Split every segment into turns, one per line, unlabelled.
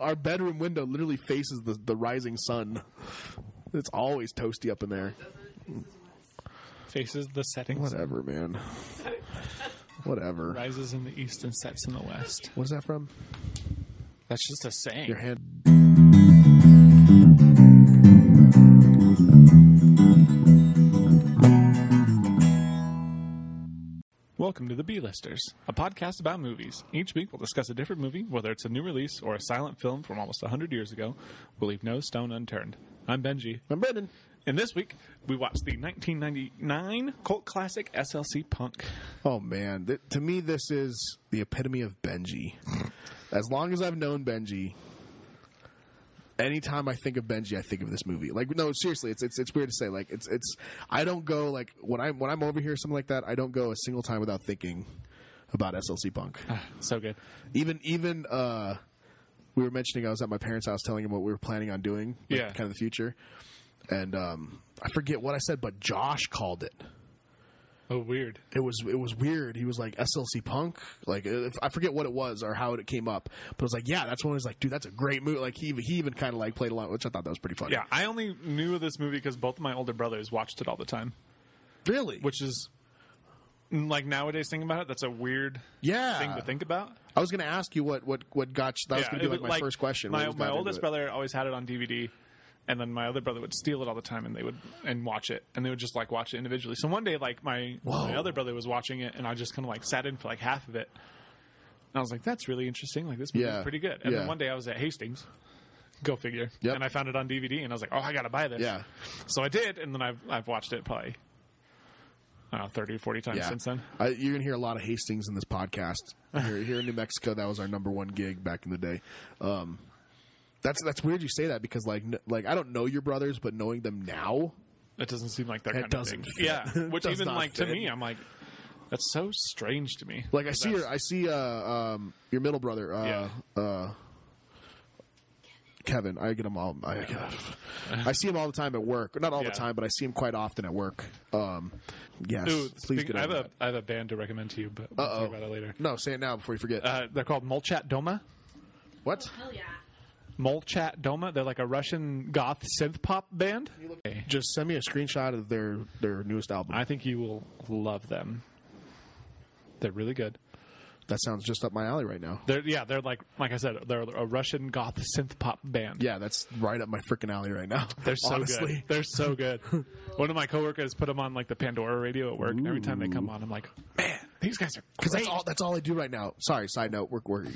our bedroom window literally faces the, the rising sun. It's always toasty up in there.
Faces the setting sun,
Whatever, man. Whatever.
rises in the east and sets in the west.
What's that from?
That's just a saying.
Your hand.
Welcome to the B-Listers, a podcast about movies. Each week we'll discuss a different movie, whether it's a new release or a silent film from almost 100 years ago. We'll leave no stone unturned. I'm Benji,
I'm Brendan.
and this week we watched the 1999 cult classic SLC Punk.
Oh man, Th- to me this is the epitome of Benji. As long as I've known Benji, anytime I think of Benji, I think of this movie. Like no, seriously, it's it's it's weird to say. Like it's it's I don't go like when I am when I'm over here or something like that. I don't go a single time without thinking about SLC Punk.
Ah, So good.
even even uh, we were mentioning I was at my parents' house telling him what we were planning on doing, like,
Yeah.
kind of the future, and um, I forget what I said, but Josh called it
Oh, weird.
it was it was weird. He was like SLC Punk, like uh, if, I forget what it was or how it came up, but I was like, yeah, that's when I was like, dude, that's a great movie. Like he he even kind of like played along, which I thought that was pretty funny.
Yeah, I only knew of this movie because both of my older brothers watched it all the time,
really.
which is like nowadays thinking about it, that's a weird
yeah,
thing to think about.
I was gonna ask you what what what got you. That was
Yeah,
gonna be
it
like
was
my first question.
My,
We just
my
got into
oldest
it.
brother always had it on DVD, and then my other brother would steal it all the time, and they would and watch it, and they would just like watch it individually. So one day, like my
Whoa.
my other brother was watching it, and I just kind of like sat in for like half of it, and I was like, "That's really interesting. Like this movie's
Yeah.
pretty good." And
Yeah.
then one day I was at Hastings. Go figure.
Yep.
And I found it on DVD, and I was like, "Oh, I gotta buy this."
Yeah.
So I did, and then I've I've watched it probably I don't know 30 or 40 times
Yeah.
since then.
I, you're gonna hear a lot of Hastings in this podcast. Here, here in New Mexico, that was our number one gig back in the day. Um, that's that's weird you say that because like n- like I don't know your brothers, but knowing them now,
It doesn't seem like that
It
kind
doesn't
of
fit.
thing. Yeah,
It
which
does
even
not
like
fit.
to me, I'm like, that's so strange to me.
Like I
But
see
that's-
your, I see uh, um, your middle brother, uh, uh, Kevin. I get him all. I, I see him all the time at work. Not all
Yeah.
the time, but I see him quite often at work. Um, yes,
Ooh,
please
speak,
get
I have
over
a
that.
I have a band to recommend to you, but we'll
Uh-oh.
talk about it later.
No, say it now before you forget.
Uh, they're called Molchat Doma.
what?
Hell Oh, yeah.
Molchat Doma. They're like a Russian goth synth pop band.
Just send me a screenshot of their their newest album.
I think you will love them. They're really good.
that sounds just up my alley right now.
They're yeah, they're like like I said, they're a Russian goth synth pop band.
Yeah, that's right up my freaking alley right now.
They're so good.
honestly.
They're so good. One of my coworkers put them on like the Pandora radio at work, and every time they come on, I'm like, man, these guys are
Because
great.
that's all that's all I do right now. Sorry, side note. We're we're,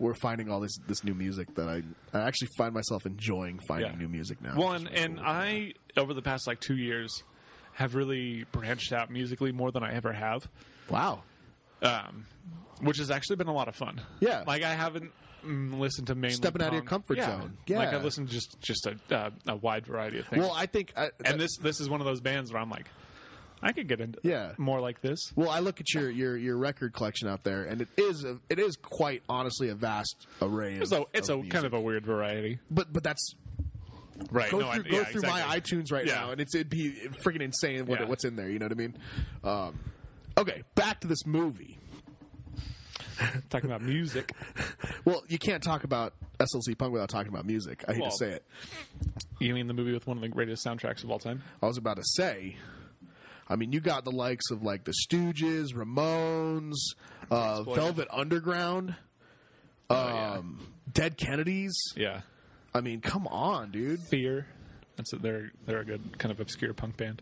we're finding all this this new music that I I actually find myself enjoying finding
Yeah.
new music now.
Well, and, and I over the past like two years have really branched out musically more than I ever have,
wow,
um, which has actually been a lot of fun.
Yeah.
like I haven't mm, listened to mainly
Stepping out of your
punk.
comfort
Yeah.
zone. Yeah.
like I've listened to just just a uh, a wide variety of things.
Well, I think I,
and this this is one of those bands where I'm like, I could get into
Yeah.
more like this.
Well, I look at your your your record collection out there, and it is a, it is quite honestly a vast array. Of,
So it's a
of music.
kind of a weird variety,
but but that's
right?
go
no, I-
through go
yeah,
through my
exactly.
iTunes right
Yeah.
now, and it's it'd be freaking insane what
Yeah.
what's in there. You know what I mean? Um, okay, back to this movie.
talking about music.
Well, you can't talk about SLC Punk without talking about music. I hate
Well,
to say it.
You mean the movie with one of the greatest soundtracks of all time?
I was about to say. I mean, you got the likes of like the Stooges, Ramones, uh,
Exploited.
Velvet Underground, um, Dead Kennedys.
Oh, Yeah,
I mean, come on, dude.
Fear. That's a, they're they're a good kind of obscure punk band.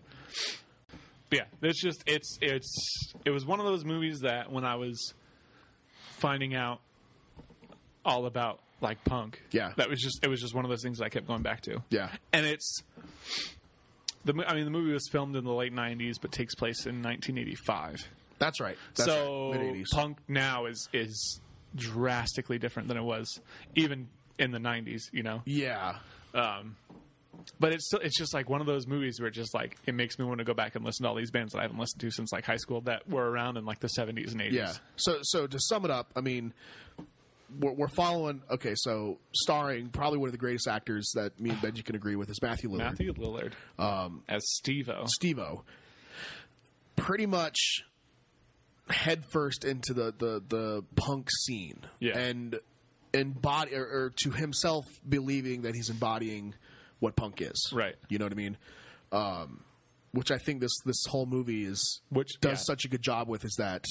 But yeah, it's just it's it's it was one of those movies that when I was finding out all about like punk,
Yeah.
that was just it was just one of those things that I kept going back to.
Yeah.
and it's the mo- I mean the movie was filmed in the late '90s, but takes place in 1985.
That's right. That's
so
right. Mid-eighties.
punk now is is drastically different than it was even in the 90s. You know,
Yeah.
but it's still, it's just like one of those movies where it just like it makes me want to go back and listen to all these bands that I haven't listened to since like high school that were around in like the seventies and eighties.
Yeah. So so to sum it up, I mean, we're, we're following. Okay, so starring probably one of the greatest actors that me and Benji can agree with is Matthew Lillard,
Matthew Lillard um, as Steve-O.
Steve-O. Pretty much headfirst into the the the punk scene.
Yeah.
And embody or, or to himself believing that he's embodying what punk is.
Right.
You know what I mean? Um, which I think this this whole movie is
Which-
does
yeah.
such a good job with is that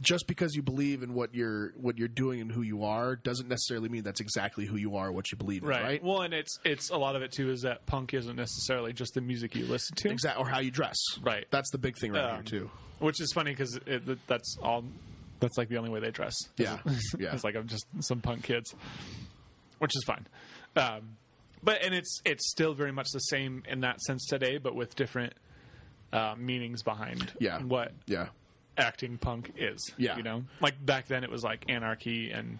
just because you believe in what you're what you're doing and who you are doesn't necessarily mean that's exactly who you are or what you believe in, right?
Well, and it's it's a lot of it too is that punk isn't necessarily just the music you listen to.
Exactly, or how you dress.
Right.
That's the big thing right here
Um,
too.
Which is funny because that's all. That's like the only way they dress.
Yeah, yeah.
it's like I'm just some punk kids, which is fine. Um, but and it's it's still very much the same in that sense today, but with different uh, meanings behind.
Yeah.
What
Yeah.
acting punk is.
Yeah.
You know, like back then it was like anarchy and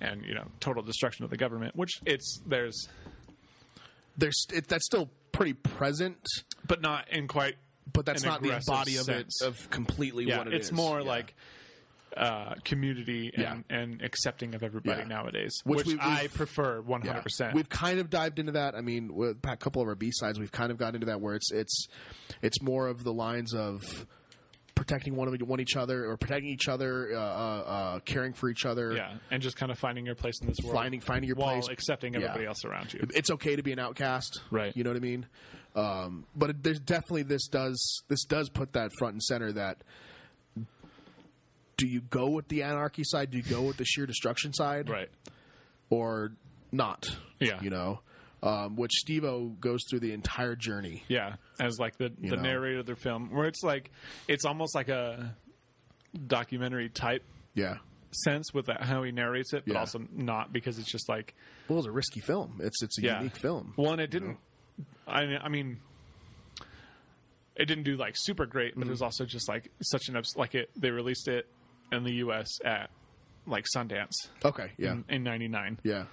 and you know total destruction of the government, which it's there's
There's it, that's still pretty present,
but not in quite.
but that's
An
not the
aggressive
body of
sense.
it of completely
Yeah,
what it
it's
is.
more
Yeah.
like uh, community and, and accepting of everybody
Yeah.
nowadays,
Which
which,
we- we've-
I prefer one
Yeah.
hundred percent.
We've kind of dived into that. I mean, with a couple of our B sides, we've kind of got into that where it's it's it's more of the lines of protecting one of one each other or protecting each other, uh, uh, uh, caring for each other.
Yeah, and just kind of finding your place in this world,
Finding- finding your
while
place.
accepting
Yeah.
everybody else around you.
It's okay to be an outcast,
Right.
You know what I mean. Um, but it, there's definitely this does this does put that front and center that. Do you go with the anarchy side? Do you go with the sheer destruction side?
Right.
or not.
Yeah.
You know, um, which Steve O goes through the entire journey.
Yeah, as like the the
know.
narrator of their film, where it's like it's almost like a documentary type
Yeah.
sense with that, how he narrates it, but
Yeah.
also not because it's just like
Well, it's a risky film. It's it's a
yeah,
unique film.
Well, and it didn't. I I mean, it didn't do like super great,
Mm-hmm.
but it was also just like such an obs- like it. They released it in the U.S. at like Sundance
Okay. Yeah.
in- in '99.
Yeah.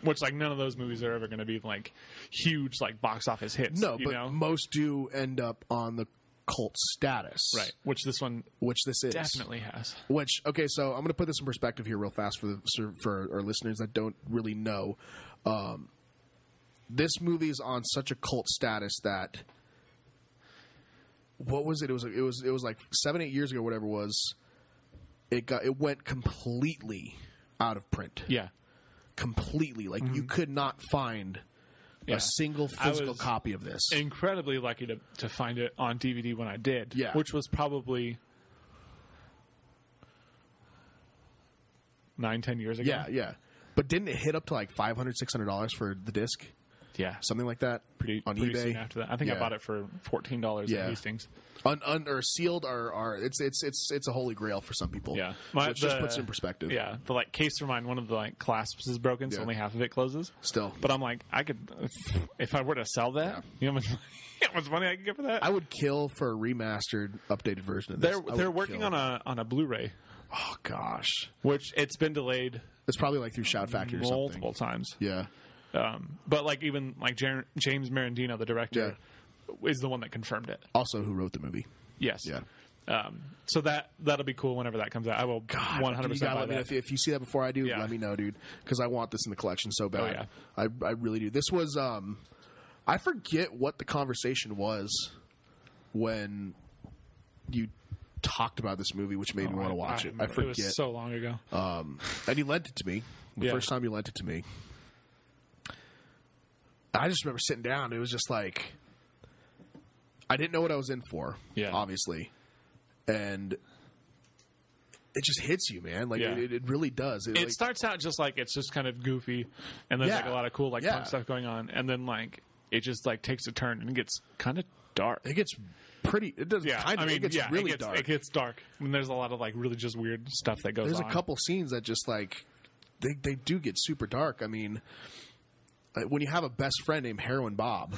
which like none of those movies are ever going to be like huge like box office hits.
No,
you
but
know?
most do end up on the cult status,
right, which this one
Which this is
definitely has.
Which okay, so I'm going to put this in perspective here real fast for the for our listeners that don't really know. Um, this movie is on such a cult status that what was it? It was it was it was like seven eight years ago, whatever it was. It got it went completely out of print,
Yeah, Mm-hmm.
completely. Like you could not find
Yeah.
a single
I
physical
was-
copy of this.
incredibly lucky to to find it on DVD when I did.
Yeah.
which was probably nine ten years ago.
yeah, yeah. But didn't it hit up to like five hundred, six hundred dollars for the disc,
yeah, so
something like that?
pretty
on
pretty
eBay
soon after that. I think I
Yeah.
bought it for fourteen dollars
Yeah.
at Hastings.
un, un or sealed are are it's it's it's it's a holy grail for some people.
Yeah.
My,
My-
which just
the-
puts it in perspective.
Yeah, the like case for mine, one of the like clasps is broken, so
Yeah.
only half of it closes.
Still,
But I'm like, I could if, if I were to sell that, you know how much, you know how much money I could get for that.
I would kill for a remastered, updated version of this.
They're
I would
they're working
kill.
on a on a Blu-ray,
Oh gosh,
which it's been delayed
it's probably like through Shout Factory or something.
multiple times.
Yeah.
Um, but like even like Jar- James Marandino, the director, is the one that confirmed it.
Also, who wrote the movie?
Yes.
Yeah.
Um, so that that'll be cool whenever that comes out. I will
God,
one hundred
you gotta
percent buy
let me know
that.
if, if you see that before I do.
Yeah. Oh,
Let me know, dude, because I want this in the collection so bad.
yeah.
I I really do. This was um, I forget what the conversation was when you talked about this movie, which made me want to watch it. I
remember.
forget.
Oh,
Uh,
It was so long ago.
and he lent it to me the
Yeah.
first time he lent it to me i just remember sitting down it was just like i didn't know what i was in for
Yeah.
obviously and it just hits you man like
Yeah.
it, it really does it,
it
like,
starts out just like it's just kind of goofy, and there's like
Yeah.
a lot of cool like
Yeah.
punk stuff going on, and then like it just like takes a turn and it gets kind of dark.
it gets pretty it does
Yeah,
kind of
I mean,
it gets
yeah,
really
it gets,
dark
It gets dark, and there's a lot of like really just weird stuff that goes.
there's
on.
a couple scenes that just like they, they do get super dark i mean uh, when you have a best friend named heroin bob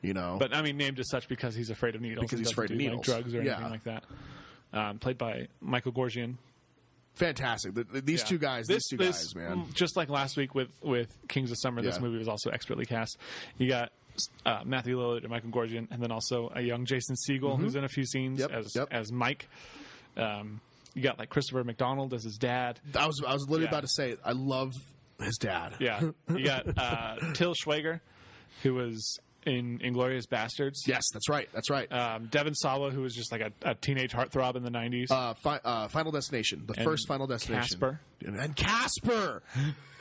you know
but I mean, named as such because he's afraid of needles.
Because
and
he's
doesn't
afraid of
do, like,
needles.
drugs or
Yeah.
anything like that. Um, played by Michael Gorgian.
fantastic Th- th- these
Yeah.
two guys
This-
these two
this- mm,
guys man
Just like last week with with Kings of Summer, this
Yeah.
movie was also expertly cast. You got uh, Matthew Lillard and Michael Gorgian, and then also a young Jason Segel who's in a few scenes
Mm-hmm. Yep,
as
yep.
as Mike. Um, you got like Christopher McDonald as his dad.
I was I was literally
Yeah.
about to say I love his dad.
Yeah, you got uh, Till Schweiger, who was in Inglorious Bastards.
Yes, that's right. That's right.
Um, Devin Sawa, who was just like a, a teenage heartthrob in the '90s.
Uh, fi- uh, Final Destination, the first Final Destination.
Casper.
And, and Casper.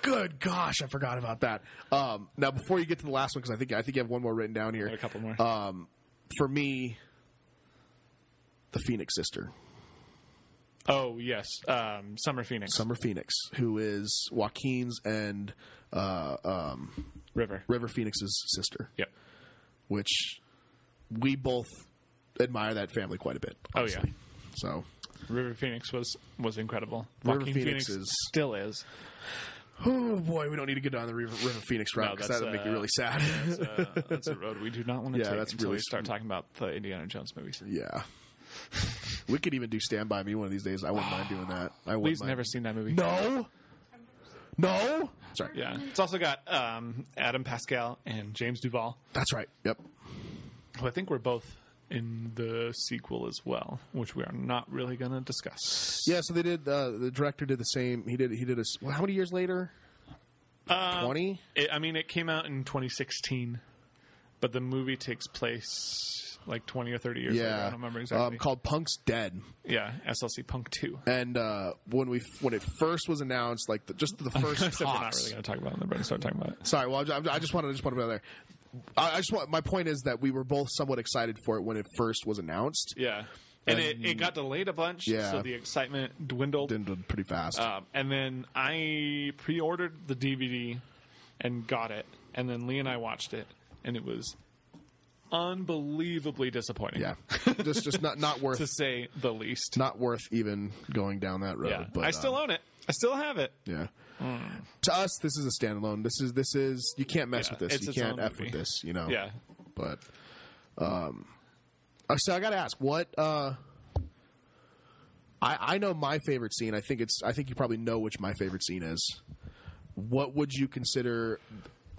Good gosh, I forgot about that. Um, now, before you get to the last one, because I think I think you have one more written down here.
a couple more.
Um, for me, the Phoenix sister,
oh yes, um, Summer Phoenix
Summer Phoenix, who is Joaquin's and uh, um,
River.
River Phoenix's sister,
Yep.
which we both admire that family quite a bit.
Oh,
Obviously. So
River Phoenix was was incredible.
River
Joaquin
Phoenix
Phoenix,
is-
still is.
Oh boy, we don't need to get down the River, River Phoenix route
No,
because
that's,
that would make you
uh,
really sad.
That's, uh, that's a road we do not want to
Yeah,
take
that's
until
really-
we start talking about the Indiana Jones movies.
yeah, we could even do Stand by Me one of these days. I wouldn't mind doing that. I wouldn't
Lee's
mind.
never seen that movie.
No, no. Sorry.
Yeah, it's also got um, Adam Pascal and James Duvall,
That's right. Yep.
who I think were both in the sequel as well, which we are not really going to discuss.
Yeah. So they did. Uh, the director did the same. He did. He did a. s- well, how many years later?
Uh,
Twenty.
It, I mean, it came out in 2016, but the movie takes place like 20 or 30 years later. I
yeah.
don't remember exactly.
Um, called Punk's Dead.
yeah, SLC Punk 2.
And uh, when we when it first was announced, like the, just the first
Except we're not
talks.
really going to talk about it. They're going to start talking about it.
Sorry. Well, I just, I just wanted to just want to put it out there. I, I just want my point is that we were both somewhat excited for it when it first was announced.
Yeah. And it, it got delayed a bunch,
Yeah.
so the excitement dwindled.
Did pretty fast.
Um, and then I pre-ordered the DVD and got it, and then Lee and I watched it, and it was unbelievably disappointing,
yeah, just just not not worth
to say the least.
not worth even going down that road.
yeah,
But
I still
um,
own it. I still have it.
yeah. To us, this is a standalone. This is this is you can't mess
Yeah,
with this.
it's
You
its
can't
own
f with
movie.
this. You know.
Yeah,
But um, uh, so I got to ask what uh. I, I know my favorite scene. I think it's. I think you probably know which my favorite scene is. What would you consider?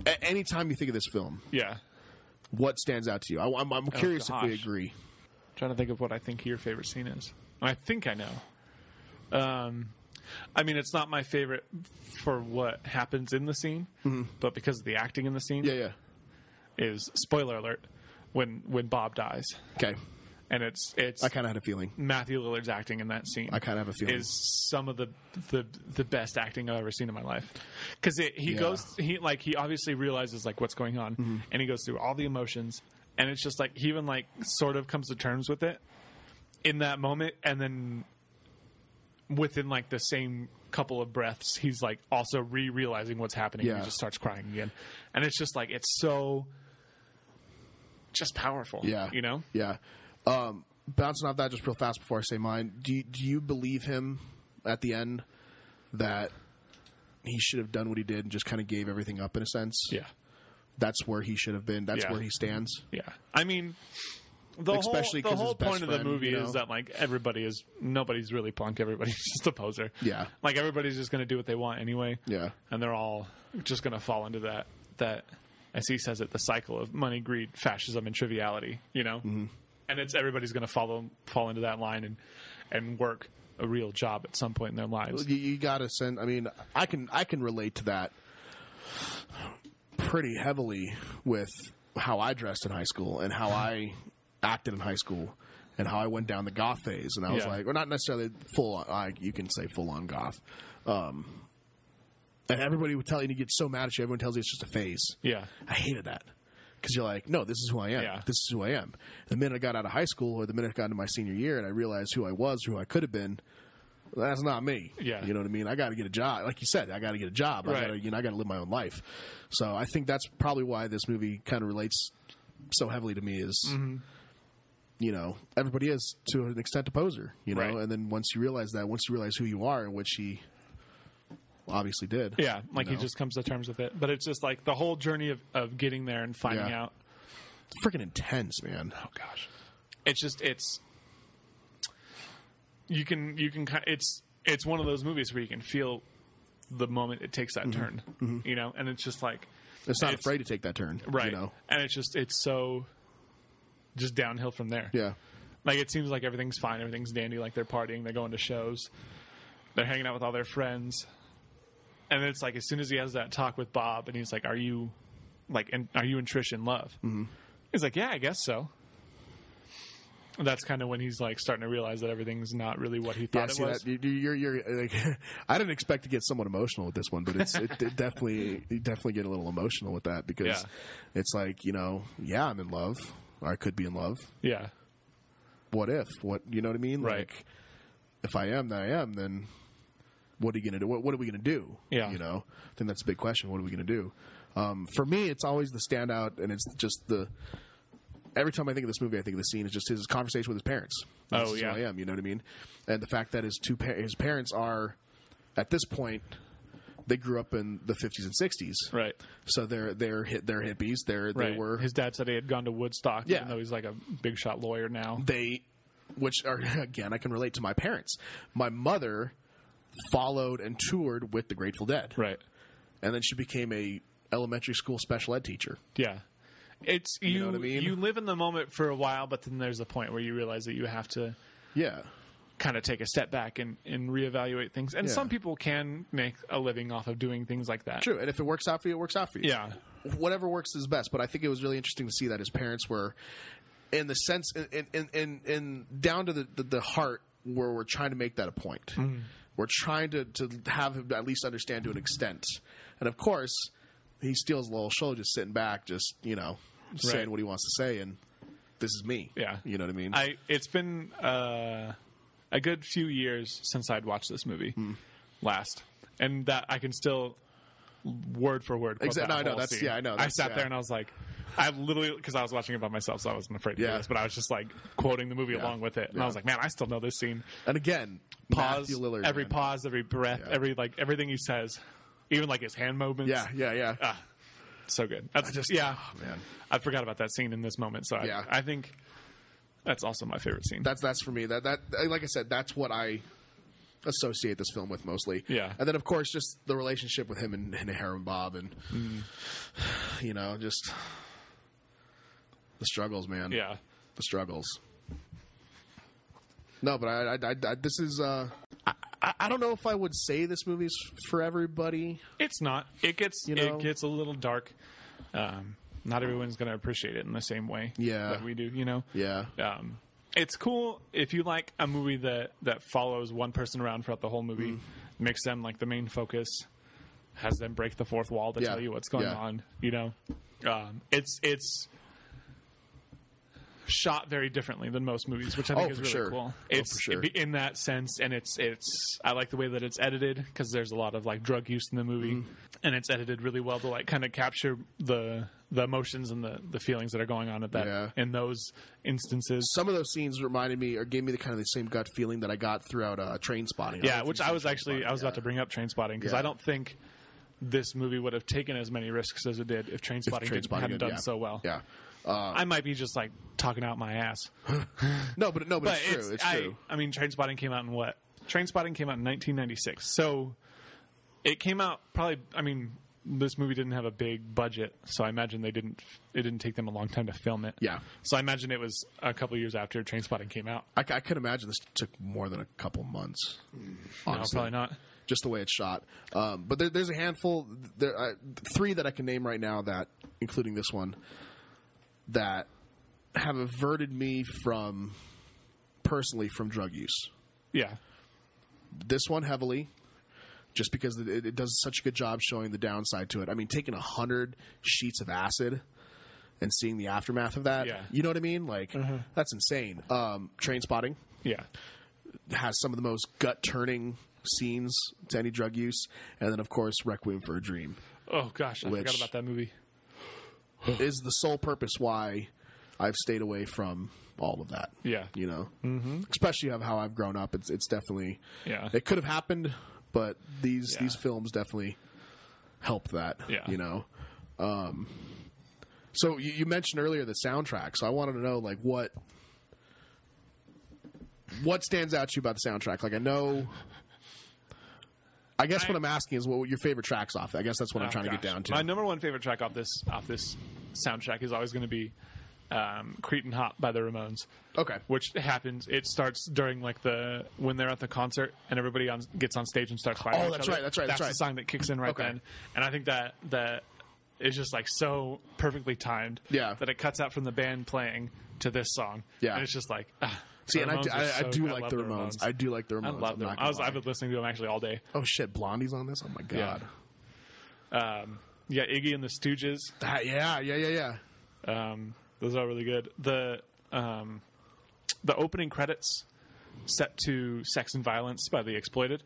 A, anytime you think of this film,
yeah.
what stands out to you? I, am I'm curious if we
Oh, gosh.
agree.
trying to think of what I think your favorite scene is. I think I know. Um, I mean, it's not my favorite for what happens in the scene, but because of the acting in the scene
Mm-hmm. Yeah, yeah.
is spoiler alert when when Bob dies,
Okay,
and it's it's
I kind of had a feeling.
Matthew Lillard's acting in that scene.
I kind of have a feeling.
is some of the the the best acting I've ever seen in my life. Because he
Yeah. Mm-hmm.
goes he like he obviously realizes like what's going on, and he goes through all the emotions, and it's just like he even like sort of comes to terms with it in that moment, and then within like the same couple of breaths, he's like also re realizing what's happening. and
Yeah.
He just starts crying again, and it's just like it's so. Just powerful,
Yeah,
You know,
Yeah. Um, bouncing off that just real fast before I say mine. Do you, do you believe him at the end that he should have done what he did and just kind of gave everything up in a sense?
yeah,
That's where he should have been. That's
Yeah.
where he stands.
Yeah, I mean, the
Especially
whole,
'cause
the whole
his best
point of the
friend,
movie
you know?
is that like everybody is nobody's really punk. Everybody's just a poser.
Yeah.
like everybody's just going to do what they want anyway.
Yeah.
and they're all just going to fall into that that as he says it, the cycle of money, greed, fascism, and triviality. You know,
Mm-hmm.
and it's everybody's going to follow fall into that line and and work a real job at some point in their lives.
You, you got to send. I mean, I can I can relate to that pretty heavily with how I dressed in high school and how I acted in high school and how I went down the goth phase. And I was
Yeah.
like, well, not necessarily full. On, I you can say full on goth. Um, and everybody would tell you, and you get so mad at you. Everyone tells you it's just a phase.
Yeah,
I hated that because you're like, no, this is who I am.
Yeah.
This is who I am. The minute I got out of high school, or the minute I got into my senior year, and I realized who I was, who I could have been. That's not me.
Yeah.
you know what I mean. I got to get a job. Like you said, I got to get a job. I
Right.
got to, you know, I got to live my own life. So I think that's probably why this movie kind of relates so heavily to me. Is
Mm-hmm.
you know, everybody is to an extent a poser. You know,
Right.
and then once you realize that, once you realize who you are, which he obviously did.
Yeah, like
know?
he just comes to terms with it. But it's just like the whole journey of, of getting there and finding
Yeah.
out
freaking intense, man.
oh gosh it's just it's you can you can ki- it's it's one of those movies where you can feel the moment it takes that turn you know and it's just like
It's not
It's-
afraid to take that turn,
right
You know,
and it's just it's so just downhill from there
yeah,
like it seems like everything's fine everything's dandy like they're partying they're going to shows they're hanging out with all their friends and it's like as soon as he has that talk with bob and he's like are you like, and are you and Trish in love? Mm-hmm. He's like, yeah, I guess so. That's kind of when he's like starting to realize that everything's not really what he thought
Yeah,
it
see
was.
that you- you're, you're, like, I didn't expect to get somewhat emotional with this one, but it's it, it definitely you definitely get a little emotional with that because
Yeah.
it's like you know, yeah, I'm in love, or I could be in love.
Yeah,
What if? What you know what I mean?
Right.
Like, if I am, then I am. Then what are you gonna do? What, what are we gonna do?
Yeah.
you know, I think that's a big question. What are we gonna do? Um, for me, it's always the standout, and it's just the. Every time I think of this movie, I think of the scene is just his conversation with his parents.
Oh,
This is who
yeah.
I am. You know what I mean? And the fact that his two par- his parents are, at this point, they grew up in the fifties and sixties,
right.
so they're they're hit they're hippies. They're they
Right.
were
His dad said he had gone to Woodstock,
Yeah.
even though he's like a big shot lawyer now.
they which are again i can relate to my parents my mother followed and toured with the grateful dead
Right.
and then she became a elementary school special ed teacher
Yeah. It's you. You,
know what I mean?
live in the moment for a while, but then there's a point where you realize that you have to
yeah
kind of take a step back and, and reevaluate things. And
Yeah.
some people can make a living off of doing things like that.
true and if it works out for you it works out for you
Yeah.
whatever works is best but i think it was really interesting to see that his parents were in the sense in in in, in down to the, the the heart where we're trying to make that a point
Mm-hmm.
we're trying to to have him at least understand to an extent and of course he steals little show just sitting back just you know just
Right.
saying what he wants to say and this is me
Yeah.
you know what i mean
I it's been uh, a good few years since I'd watched this movie
Hmm.
last, and that I can still word for word. quote
Exact-
that
no, I know,
whole
that's-
scene.
yeah, I know,
I
that's-
sat
yeah.
there and I was like, I literally because I was watching it by myself, so I wasn't afraid to do
Yeah.
this, but I was just like quoting the movie along with it, and I was like, man, I still know this scene.
and again
Pause
Matthew Lillard,
every
man.
pause, every breath,
Yeah.
every like everything he says, even like his hand movements.
yeah yeah yeah
Uh, so good. That's
just- Oh,
just yeah,
man.
I forgot about that scene in this moment, so I,
Yeah.
I think. That's also my favorite scene.
that's that's for me. That that like I said, that's what I associate this film with mostly.
Yeah.
and then of course just the relationship with him and, and Harold and Bob, and
Mm-hmm.
you know just the struggles, man.
yeah.
the struggles. No, but I, I, I, I this is uh, I- I, I don't know if I would say this movie's for everybody.
It's not. It gets
You know?
it gets a little dark. Um, not everyone's going to appreciate it in the same way.
Yeah.
that we do. You know.
Yeah,
Um, it's cool if you like a movie that that follows one person around throughout the whole movie,
Mm.
makes them like the main focus, has them break the fourth wall to
Yeah.
tell you what's going
Yeah.
on. You know, um, it's it's shot very differently than most movies, which I think
Oh,
is
for
really
sure. Oh,
cool. It's
for sure.
in that sense, and it's it's I like the way that it's edited because there's a lot of like drug use in the movie,
Mm.
and it's edited really well to like kind of capture the the emotions and the the feelings that are going on at that
Yeah.
in those instances.
some of those scenes reminded me or gave me the kind of the same gut feeling that I got throughout uh, Train Spotting.
Yeah, which I was actually I was about to bring up Train Spotting because
Yeah.
I don't think this movie would have taken as many risks as it did if Train Spotting
Trainspotting
hadn't
did,
done
yeah.
so well.
Yeah,
I might be just like talking out my ass,
no, but no, but,
but
it's true. It's,
I,
true.
I mean, Train Spotting came out in what? Train Spotting came out in 1996, so it came out probably. I mean, this movie didn't have a big budget, so I imagine they didn't. It didn't take them a long time to film it.
Yeah.
So I imagine it was a couple years after Train Spotting came out.
I, c- I could imagine this took more than a couple months.
No,
Honestly,
probably not.
just the way it's shot. Um, but there, there's a handful, there uh, three that I can name right now that, including this one, that have averted me from personally from drug use.
Yeah.
This one heavily, just because it, it does such a good job showing the downside to it. I mean, taking a hundred sheets of acid. And seeing the aftermath of that,
Yeah. Mm-hmm.
you know what I mean? Like that's insane. Um, train spotting,
Yeah.
has some of the most gut turning scenes to any drug use, and then of course Requiem for a Dream
Oh gosh, I
Which-
forgot about that movie.
is the sole purpose why I've stayed away from all of that.
Yeah.
you know, mm-hmm. especially of how I've grown up. It's it's definitely
Yeah.
it could have happened, but these
Yeah.
these films definitely helped that.
Yeah.
you know. Um, so you, you mentioned earlier the soundtrack, so I wanted to know like what. What stands out to you about the soundtrack? Like I know, I guess what
I-
I'm asking is what your favorite tracks off. I guess that's what I'm
Oh,
trying to get
gosh.
down to.
My number one favorite track off this off this soundtrack is always going to be um, "Cretin Hop" by the Ramones,
okay,
which happens. It starts during like the when they're at the concert and everybody on, gets on stage and starts fighting.
Oh,
each
that's
other.
right, that's right,
That's
that's
the
right.
song that kicks in right
Okay.
then, and I think that that is just like so perfectly timed.
Yeah.
That it cuts out from the band playing to this song.
Yeah.
And it's just like. ah,
See,
the
and I,
Ramones
do-
are
I,
so
I do
good.
like
love
the Ramones. I do like the Ramones.
I love
I'm
them.
not
I was,
gonna
I've been listening to them actually all day.
lie. oh shit, Blondie's on this. Oh my god.
Um, yeah, Iggy and the Stooges.
That- yeah, yeah, yeah, yeah.
Um, those are really good. The um, the opening credits set to "Sex and Violence" by The Exploited.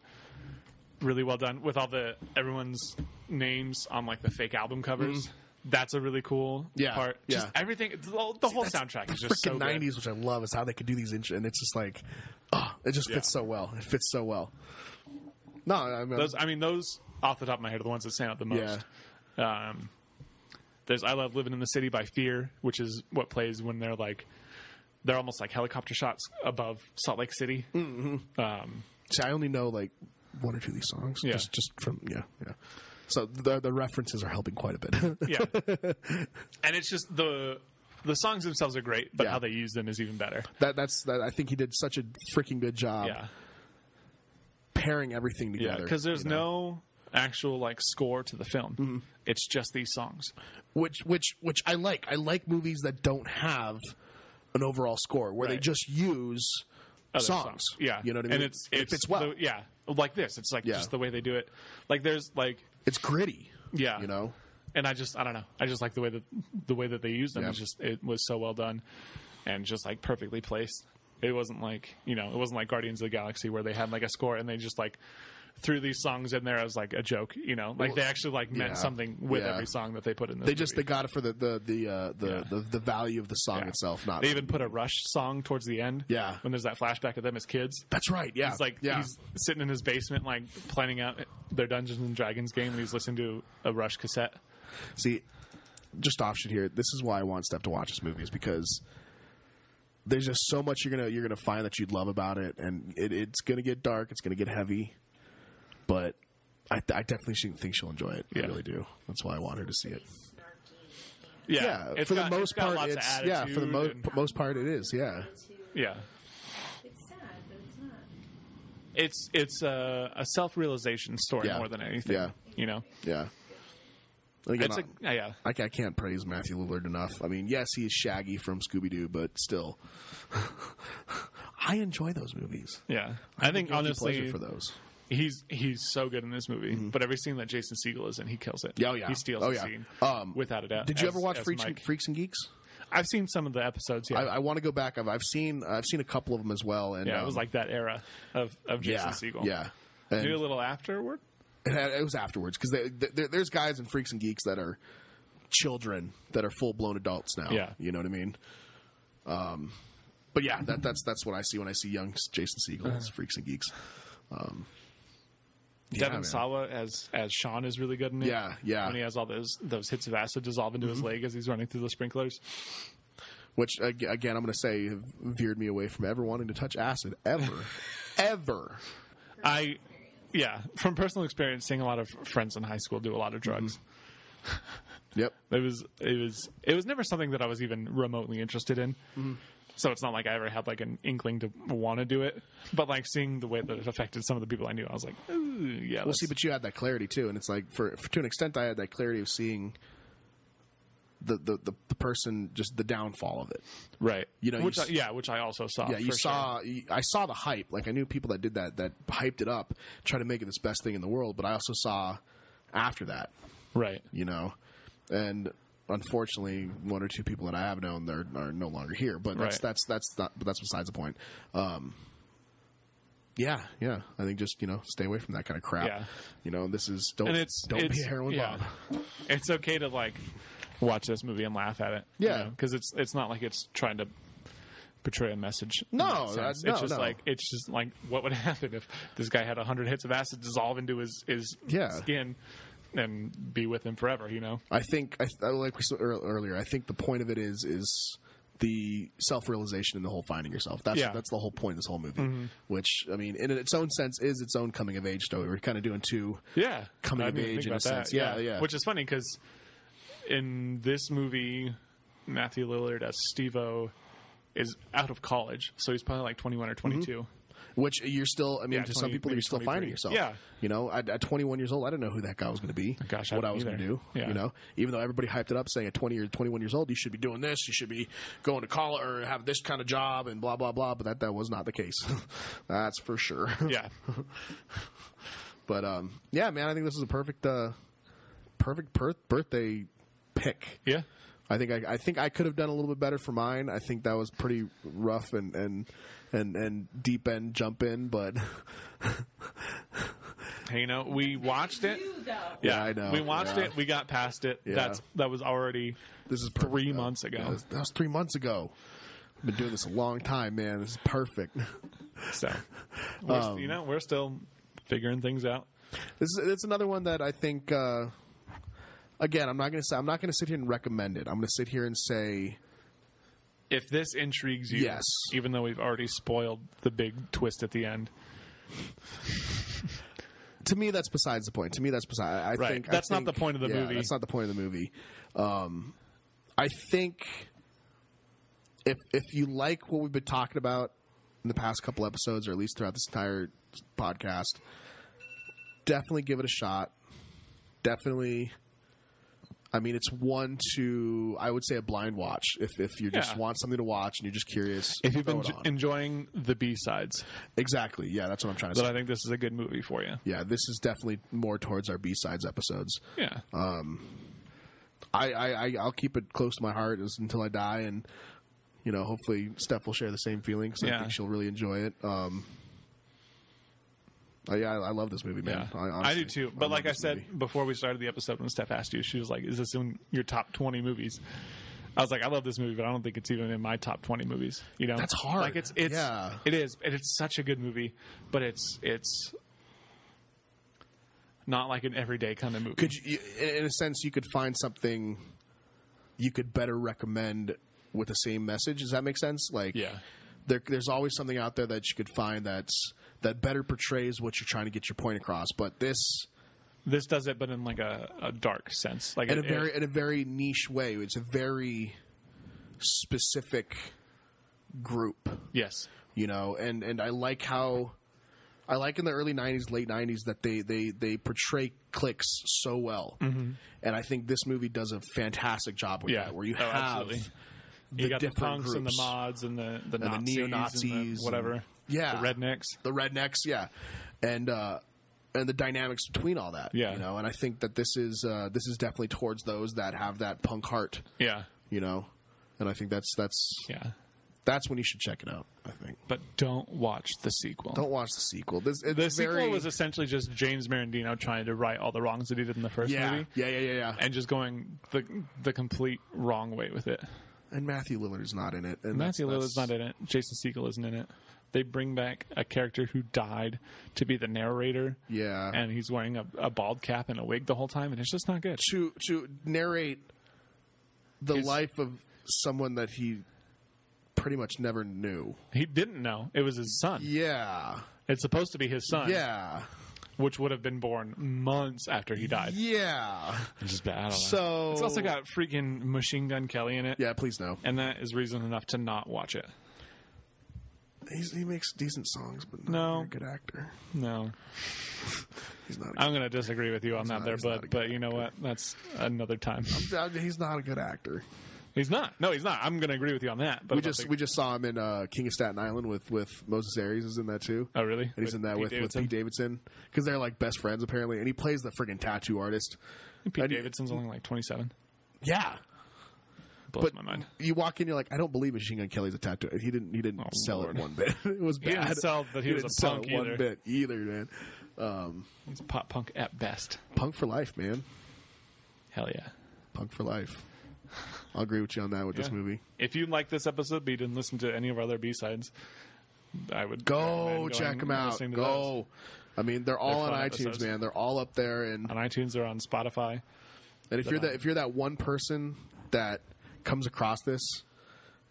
Really well done with all the everyone's names on like the fake album covers. That's a really cool
Mm-hmm. Yeah,
part. Just
yeah.
everything. The whole the whole soundtrack is just
Freaking
so good.
nineties, which I love, is how they could do these intro, and it's just like, oh, it just fits so well. It fits so well. No, I mean,
Those, I mean, those off the top of my head are the ones that stand out the most. Um, there's "I Love Living in the City" by Fear, which is what plays when they're like they're almost like helicopter shots above Salt Lake City.
Mm.
Um,
See, I only know like one or two of these songs.
Yeah.
Just, just from yeah, yeah. So the the references are helping quite a bit.
yeah, and it's just the the songs themselves are great, but
Yeah.
how they use them is even better.
that that's that, I think he did such a freaking good job
Yeah,
pairing everything
yeah,
together.
because there's
you know? Mm-hmm.
no actual like score to the film. It's just these songs.
which which which I like. I like movies that don't have an overall score where they
Right.
just use
other
songs.
Yeah,
you know what I mean.
And it's
it
it's
fits well.
the- yeah, like this. It's like
Yeah.
just the way they do it. Like there's like
it's gritty.
yeah,
you know.
And I just I don't know. I just like the way that the way that they used them.
Yeah.
It's just it was so well done, and just like perfectly placed. It wasn't like you know it wasn't like Guardians of the Galaxy where they had like a score and they just like threw these songs in there as like a joke. You know, like
Well,
they actually like meant
yeah.
something with
Yeah.
every song that they put in. This
They just they
movie.
got it for the the the uh, the,
Yeah.
the the value of the song
Yeah.
itself. Not
They even put a Rush song towards the end.
Yeah.
when there's that flashback of them as kids.
that's right. Yeah,
He's like
yeah.
he's sitting in his basement, like planning out their Dungeons and Dragons game, and he's listening to a Rush cassette.
See, just option here. This is why I want Steph to watch this movie is because there's just so much you're gonna you're gonna find that you'd love about it, and it, it's gonna get dark, it's gonna get heavy, but I, I definitely she- think she'll enjoy it. I
Yeah.
really do. That's why I want her to see it.
Yeah, it's
for
got-
the
it's
most
got
part,
lots of
it's yeah. For the
attitude
most
and-
most part, it is yeah.
yeah,
It's sad, but it's not.
it's it's a, a self realization story
Yeah.
more than anything.
Yeah.
you know,
Yeah. uh, Again,
it's a yeah, yeah.
I, I can't praise Matthew Lillard enough. I mean, yes, he is Shaggy from Scooby Doo, but still, I enjoy those movies.
yeah. I think
Guilty
honestly,
pleasure for those.
he's he's so good in this movie. But every scene that Jason Segel is in, he kills it.
Yeah, oh, yeah.
he steals
Oh,
the
yeah.
scene
Um,
without a doubt.
Did you
as-
ever watch
as
Freaks and,
Mike.
Freaks and Geeks?
I've seen some of the episodes. Yeah,
I, I want to go back. I've, I've seen I've seen a couple of them as well. And
yeah,
um,
it was like that era of of Jason
yeah,
Segel.
yeah. And
maybe a little afterward.
it, had- it was afterwards because there's guys in Freaks and Geeks that are children that are full blown adults now.
Yeah.
you know what I mean. Um, but yeah, that, that's that's what I see when I see young Jason Segel as Freaks and Geeks. Um, yeah,
Devin
man.
Sawa as as Sean is really good in it.
Yeah, yeah. Mm-hmm.
When he has all those those hits of acid dissolve into his leg as he's running through the sprinklers.
which ag- again I'm going to say have veered me away from ever wanting to touch acid ever, ever.
I, yeah, from personal experience, seeing a lot of friends in high school do a lot of drugs.
Mm-hmm. Yep.
It was it was it was never something that I was even remotely interested in.
Mm-hmm.
So it's not like I ever had like an inkling to want to do it. But like seeing the way that it affected some of the people I knew, I was like, "Ooh, yeah,
Well,
that's-
see, but you had that clarity too, and it's like for, for to an extent, I had that clarity of seeing the the, the, the person just the downfall of it.
right,
you know, you
which I,
s-
yeah, which I also saw.
Yeah, you
Oh, for sure.
saw. you- I saw the hype. Like I knew people that did that that hyped it up, try to make it this best thing in the world. But I also saw after that,
right.
you know, and unfortunately, one or two people that I have known they're are no longer here. But that's
Right.
that's that's not. But that's besides the point. Um, yeah, yeah. I think just you know stay away from that kind of crap.
Yeah.
You know, this is don't
and it's
don't
it's,
be a heroin
yeah.
Bob.
It's okay to like watch this movie and laugh at it.
Yeah.
because it's it's not like it's trying to portray a message. in
No,
that
that-
sense.
no,
it's just
no.
like it's just like what would happen if this guy had hundred hits of acid dissolve into his his
Yeah.
skin and be with him forever. You know,
I think, I, I- like we said ear- earlier, I think the point of it is is the self realization and the whole finding yourself. That's
Yeah. Mm-hmm.
that's the whole point of this whole movie. Which I mean, in its own sense, is its own coming of age story. We're kind of doing two.
yeah,
Coming
I
of
didn't even
age
think
in a
about
sense. Yeah, yeah.
Which is funny because in this movie, Matthew Lillard as Steve-O is out of college, so he's probably like twenty one or twenty two.
Which you're still, I mean,
Yeah,
to
20
some people,
maybe
you're still finding
23.
yourself.
Yeah.
You know, at, at 21 years old, I didn't know who that guy was going to be.
Gosh, I
what I
didn't
was going to
either.
do.
Yeah.
You know, even though everybody hyped it up saying at 20 or 21 years old, you should be doing this, you should be going to college or have this kind of job and blah, blah, blah. But that, that was not the case. That's for sure.
Yeah.
But um, yeah, man, I think this is a perfect, uh, perfect per- birthday pick.
Yeah.
I think I, I think I could have done a little bit better for mine. I think that was pretty rough and and and, and deep end jump in, but
Hey, you know, we watched it.
You though.
Yeah, I know.
We watched
Yeah.
it. We got past it.
Yeah.
That's that was already
this is perfect,
three
though.
months ago.
That was, that was three months ago. I've been doing this a long time, man. This is perfect.
So, we're,
Um,
st- you know, we're still figuring things out.
This is it's another one that I think. Uh, again, I'm not gonna say I'm not gonna sit here and recommend it. I'm gonna sit here and say
If this intrigues you,
Yes.
even though we've already spoiled the big twist at the end,
to me that's besides the point. To me that's beside. I, I
Right.
think I
That's not
think-
the point of the
yeah,
movie.
That's not the point of the movie. Um, I think if if you like what we've been talking about in the past couple episodes, or at least throughout this entire podcast, definitely give it a shot. Definitely. I mean, it's one to I would say a blind watch if if you just
Yeah.
want something to watch and you're just curious.
if you've
throw
been
it on.
enjoying the B sides,
exactly, yeah, that's what I'm trying to
then
say.
I think this is a good movie for you.
Yeah, this is definitely more towards our B sides episodes.
Yeah,
I, I, I I'll keep it close to my heart as, until I die, and you know, hopefully Steph will share the same feeling because I
Yeah.
think she'll really enjoy it. Um, I, I, I love this movie,
yeah.
man. I,
I
honestly,
do too.
love
But like I
this
said
movie.
before we started the episode, when Steph asked you, she was like, "Is this in your top twenty movies?" I was like, "I love this movie, but I don't think it's even in my top twenty movies." You know,
That's hard.
Like it's it's
Yeah.
it is, and it's such a good movie, but it's it's not like an everyday kind of movie.
could you, you- in a sense, you could find something you could better recommend with the same message. Does that make sense? Like,
Yeah.
there, there's always something out there that you could find that's that better portrays what you're trying to get your point across. But this,
this does it, but in like a, a dark sense, like
in a
it-
very
it-
in a very niche way. It's a very specific group,
yes,
you know, and and I like how I like in the early '90s, late '90s that they they they portray cliques so well, and I think this movie does a fantastic job with
Mm-hmm. yeah,
that, where you
Oh,
have
absolutely.
the
you got the
different
punks
groups,
and the mods and the the,
the
Nazis
neo-Nazis
and
and-
the whatever,
yeah,
the rednecks.
the rednecks, yeah, and uh, and the dynamics between all that,
Yeah.
you know, and I think that this is uh, this is definitely towards those that have that punk heart,
Yeah,
you know. And I think that's that's
yeah.
that's when you should check it out. I think.
But don't watch the sequel.
Don't watch the sequel. This it's
the
very,
sequel was essentially just James Marandino trying to right all the wrongs that he did in the first
yeah,
movie,
yeah, yeah, yeah, yeah. And,
and just going the the complete wrong way with it.
Matthew Lillard's not in it. And
Matthew Lillard's not in it. Jason Segel isn't in it. They bring back a character who died to be the narrator.
Yeah.
and he's wearing a, a bald cap and a wig the whole time, and it's just not good.
to to narrate the
His-
life of someone that he pretty much never knew.
He didn't know it was his son.
Yeah,
It's supposed to be his son,
yeah,
which would have been born months after he died.
yeah.
It's just bad. I don't know.
So-
it's also got freaking Machine Gun Kelly in it,
Yeah, please no.
and that is reason enough to not watch it.
He's, he makes decent songs, but not
No.
a very good actor.
No,
He's not. A
I'm going to disagree with you on that
not-
there,
he's not a Um,
but
good
but you know what? That's another time.
good, he's not a good actor.
he's not. No, he's not. I'm going to agree with you on that. But
We
I don't
just
think-
we just saw him in uh, King of Staten Island with with Moses Aries is in that too.
oh really?
And he's in that with, with Pete Davidson because they're like best friends apparently, and he plays the friggin' tattoo artist.
Pete
and-
Davidson's only like 27.
Yeah,
Blows
but
my mind.
you walk in, you're like, I don't believe Machine Gun Kelly's a tattoo. He didn't. He didn't sell
Oh, Lord.
it one bit. it was bad.
didn't sell that he was a
didn't sell
punk
it one
either.
bit either, man.
He's pop punk at best.
Punk for life, man.
Hell yeah.
Punk for life. I'll agree with you on that with this
Yeah.
movie.
If you like this episode, but you didn't listen to any of our other B sides, I would
Go
recommend
check
going
them
and
out.
listening to
Go. I mean, they're all
They're
on
fun
iTunes,
episodes.
man. They're all up there, and
those. on iTunes or on Spotify.
And if you're
But,
that if you're that one person that comes across this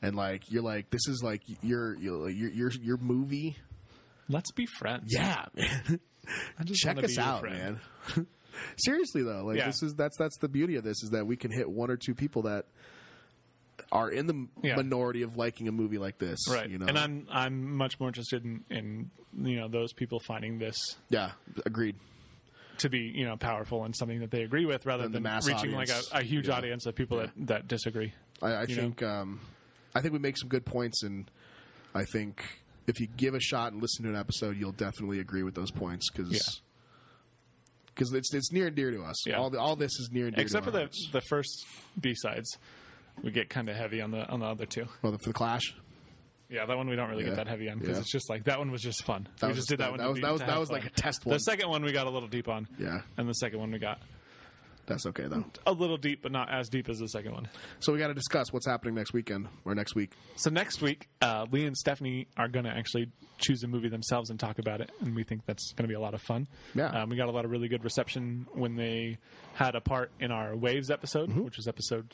and like you're like this is like your your your your, your movie,
Let's be friends.
yeah, man.
I just
Check
wanna
us
be your
out,
friend.
man. Seriously though, like
Yeah.
this is that's that's the beauty of this is that we can hit one or two people that are in the
Yeah.
minority of liking a movie like this.
right.
You know?
And I'm I'm much more interested in, in you know those people finding this
yeah, agreed.
to be you know powerful and something that they agree with rather
Than
than,
the mass
reaching
audience.
like a, a huge
Yeah.
audience of people that, that disagree.
I, I
You
think um, I think we make some good points, and I think if you give a shot and listen to an episode, you'll definitely agree with those points because it's it's near and dear to us.
Yeah.
All the, all this is near and dear
Except
to
for
our
the
hearts.
the first B sides, we get kind of heavy on the on the other two.
Well, for the Clash.
Yeah, that one we don't really
Yeah.
get that heavy on because
Yeah.
it's just like that one was just fun.
That
we
was
just did
that-
that one.
that
to
was-
be-
that was-
to
that
have
was like
fun.
a test
The
one.
second one we got a little deep on.
Yeah.
and the second one we got
That's okay though.
a little deep, but not as deep as the second one.
So we got to discuss what's happening next weekend or next week.
So next week, uh, Lee and Stephanie are going to actually choose a movie themselves and talk about it, and we think that's going to be a lot of fun.
Yeah.
um, we got a lot of really good reception when they had a part in our Waves episode, which was episode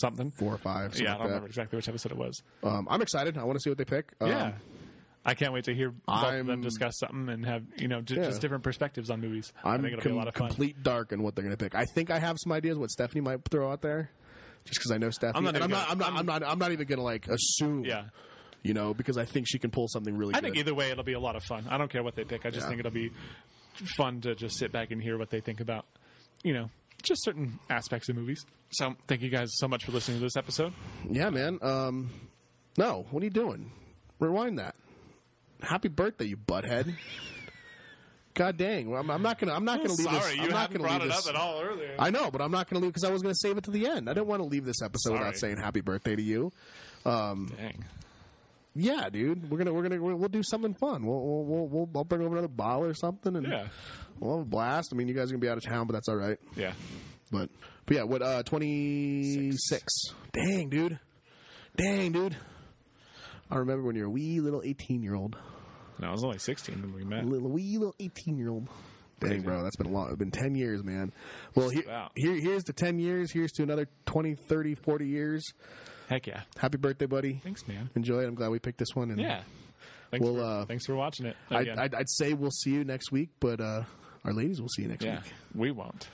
something.
Four or five. Mm-hmm. something
yeah, I
like
don't
that.
remember exactly which episode it was.
Um, I'm excited. I want to see what they pick. Um,
yeah, I can't wait to hear both of
I'm-
them discuss something and have you know just,
Yeah.
just different perspectives on movies. I
I'm
think it'll
com-
be a lot of fun.
complete dark in what they're going to pick. I think I have some ideas what Stephanie might throw out there, just because I know Stephanie.
I'm not
And I'm,
even
not, I'm,
gonna-
not, I'm not. I'm not even going to like assume.
Yeah.
You know, because I think she can pull something really.
I
good.
think either way, it'll be a lot of fun. I don't care what they pick. I just
Yeah.
think it'll be fun to just sit back and hear what they think about, you know, just certain aspects of movies. So thank you guys so much for listening to this episode.
Yeah, man. Um, no, what are you doing? Rewind that. Happy birthday, you butthead. God dang! Well, I'm, I'm not gonna. I'm not gonna leave this. I'm not gonna leave this.
all earlier.
I know, but I'm not gonna leave because I was gonna save it to the end. I didn't want to leave this episode without
Sorry.
saying happy birthday to you.
Dang.
Yeah, dude. We're gonna we're gonna we'll, we'll do something fun. We'll we'll, we'll we'll I'll bring over another bottle or something, and
Yeah.
we'll have a blast. I mean, you guys are gonna be out of town, but that's all right.
Yeah.
But but yeah, what uh twenty six. Dang, dude. Dang, dude. I remember when you're a wee little eighteen year old.
No, I was only 16 when we met.
Little wee little eighteen year old. Dang, bro, that's been a long. It's been ten years, man. Well, here,
about.
here, here's to ten years. Here's to another 20, 30, 40 years.
Heck yeah.
Happy birthday, buddy!
Thanks, man.
Enjoy it. I'm glad we picked this one. And
Yeah. Thanks,
Well,
for,
uh,
thanks for watching it.
I,
again.
I'd, I'd say we'll see you next week, but uh, our ladies will see you next
yeah.
week.
We won't.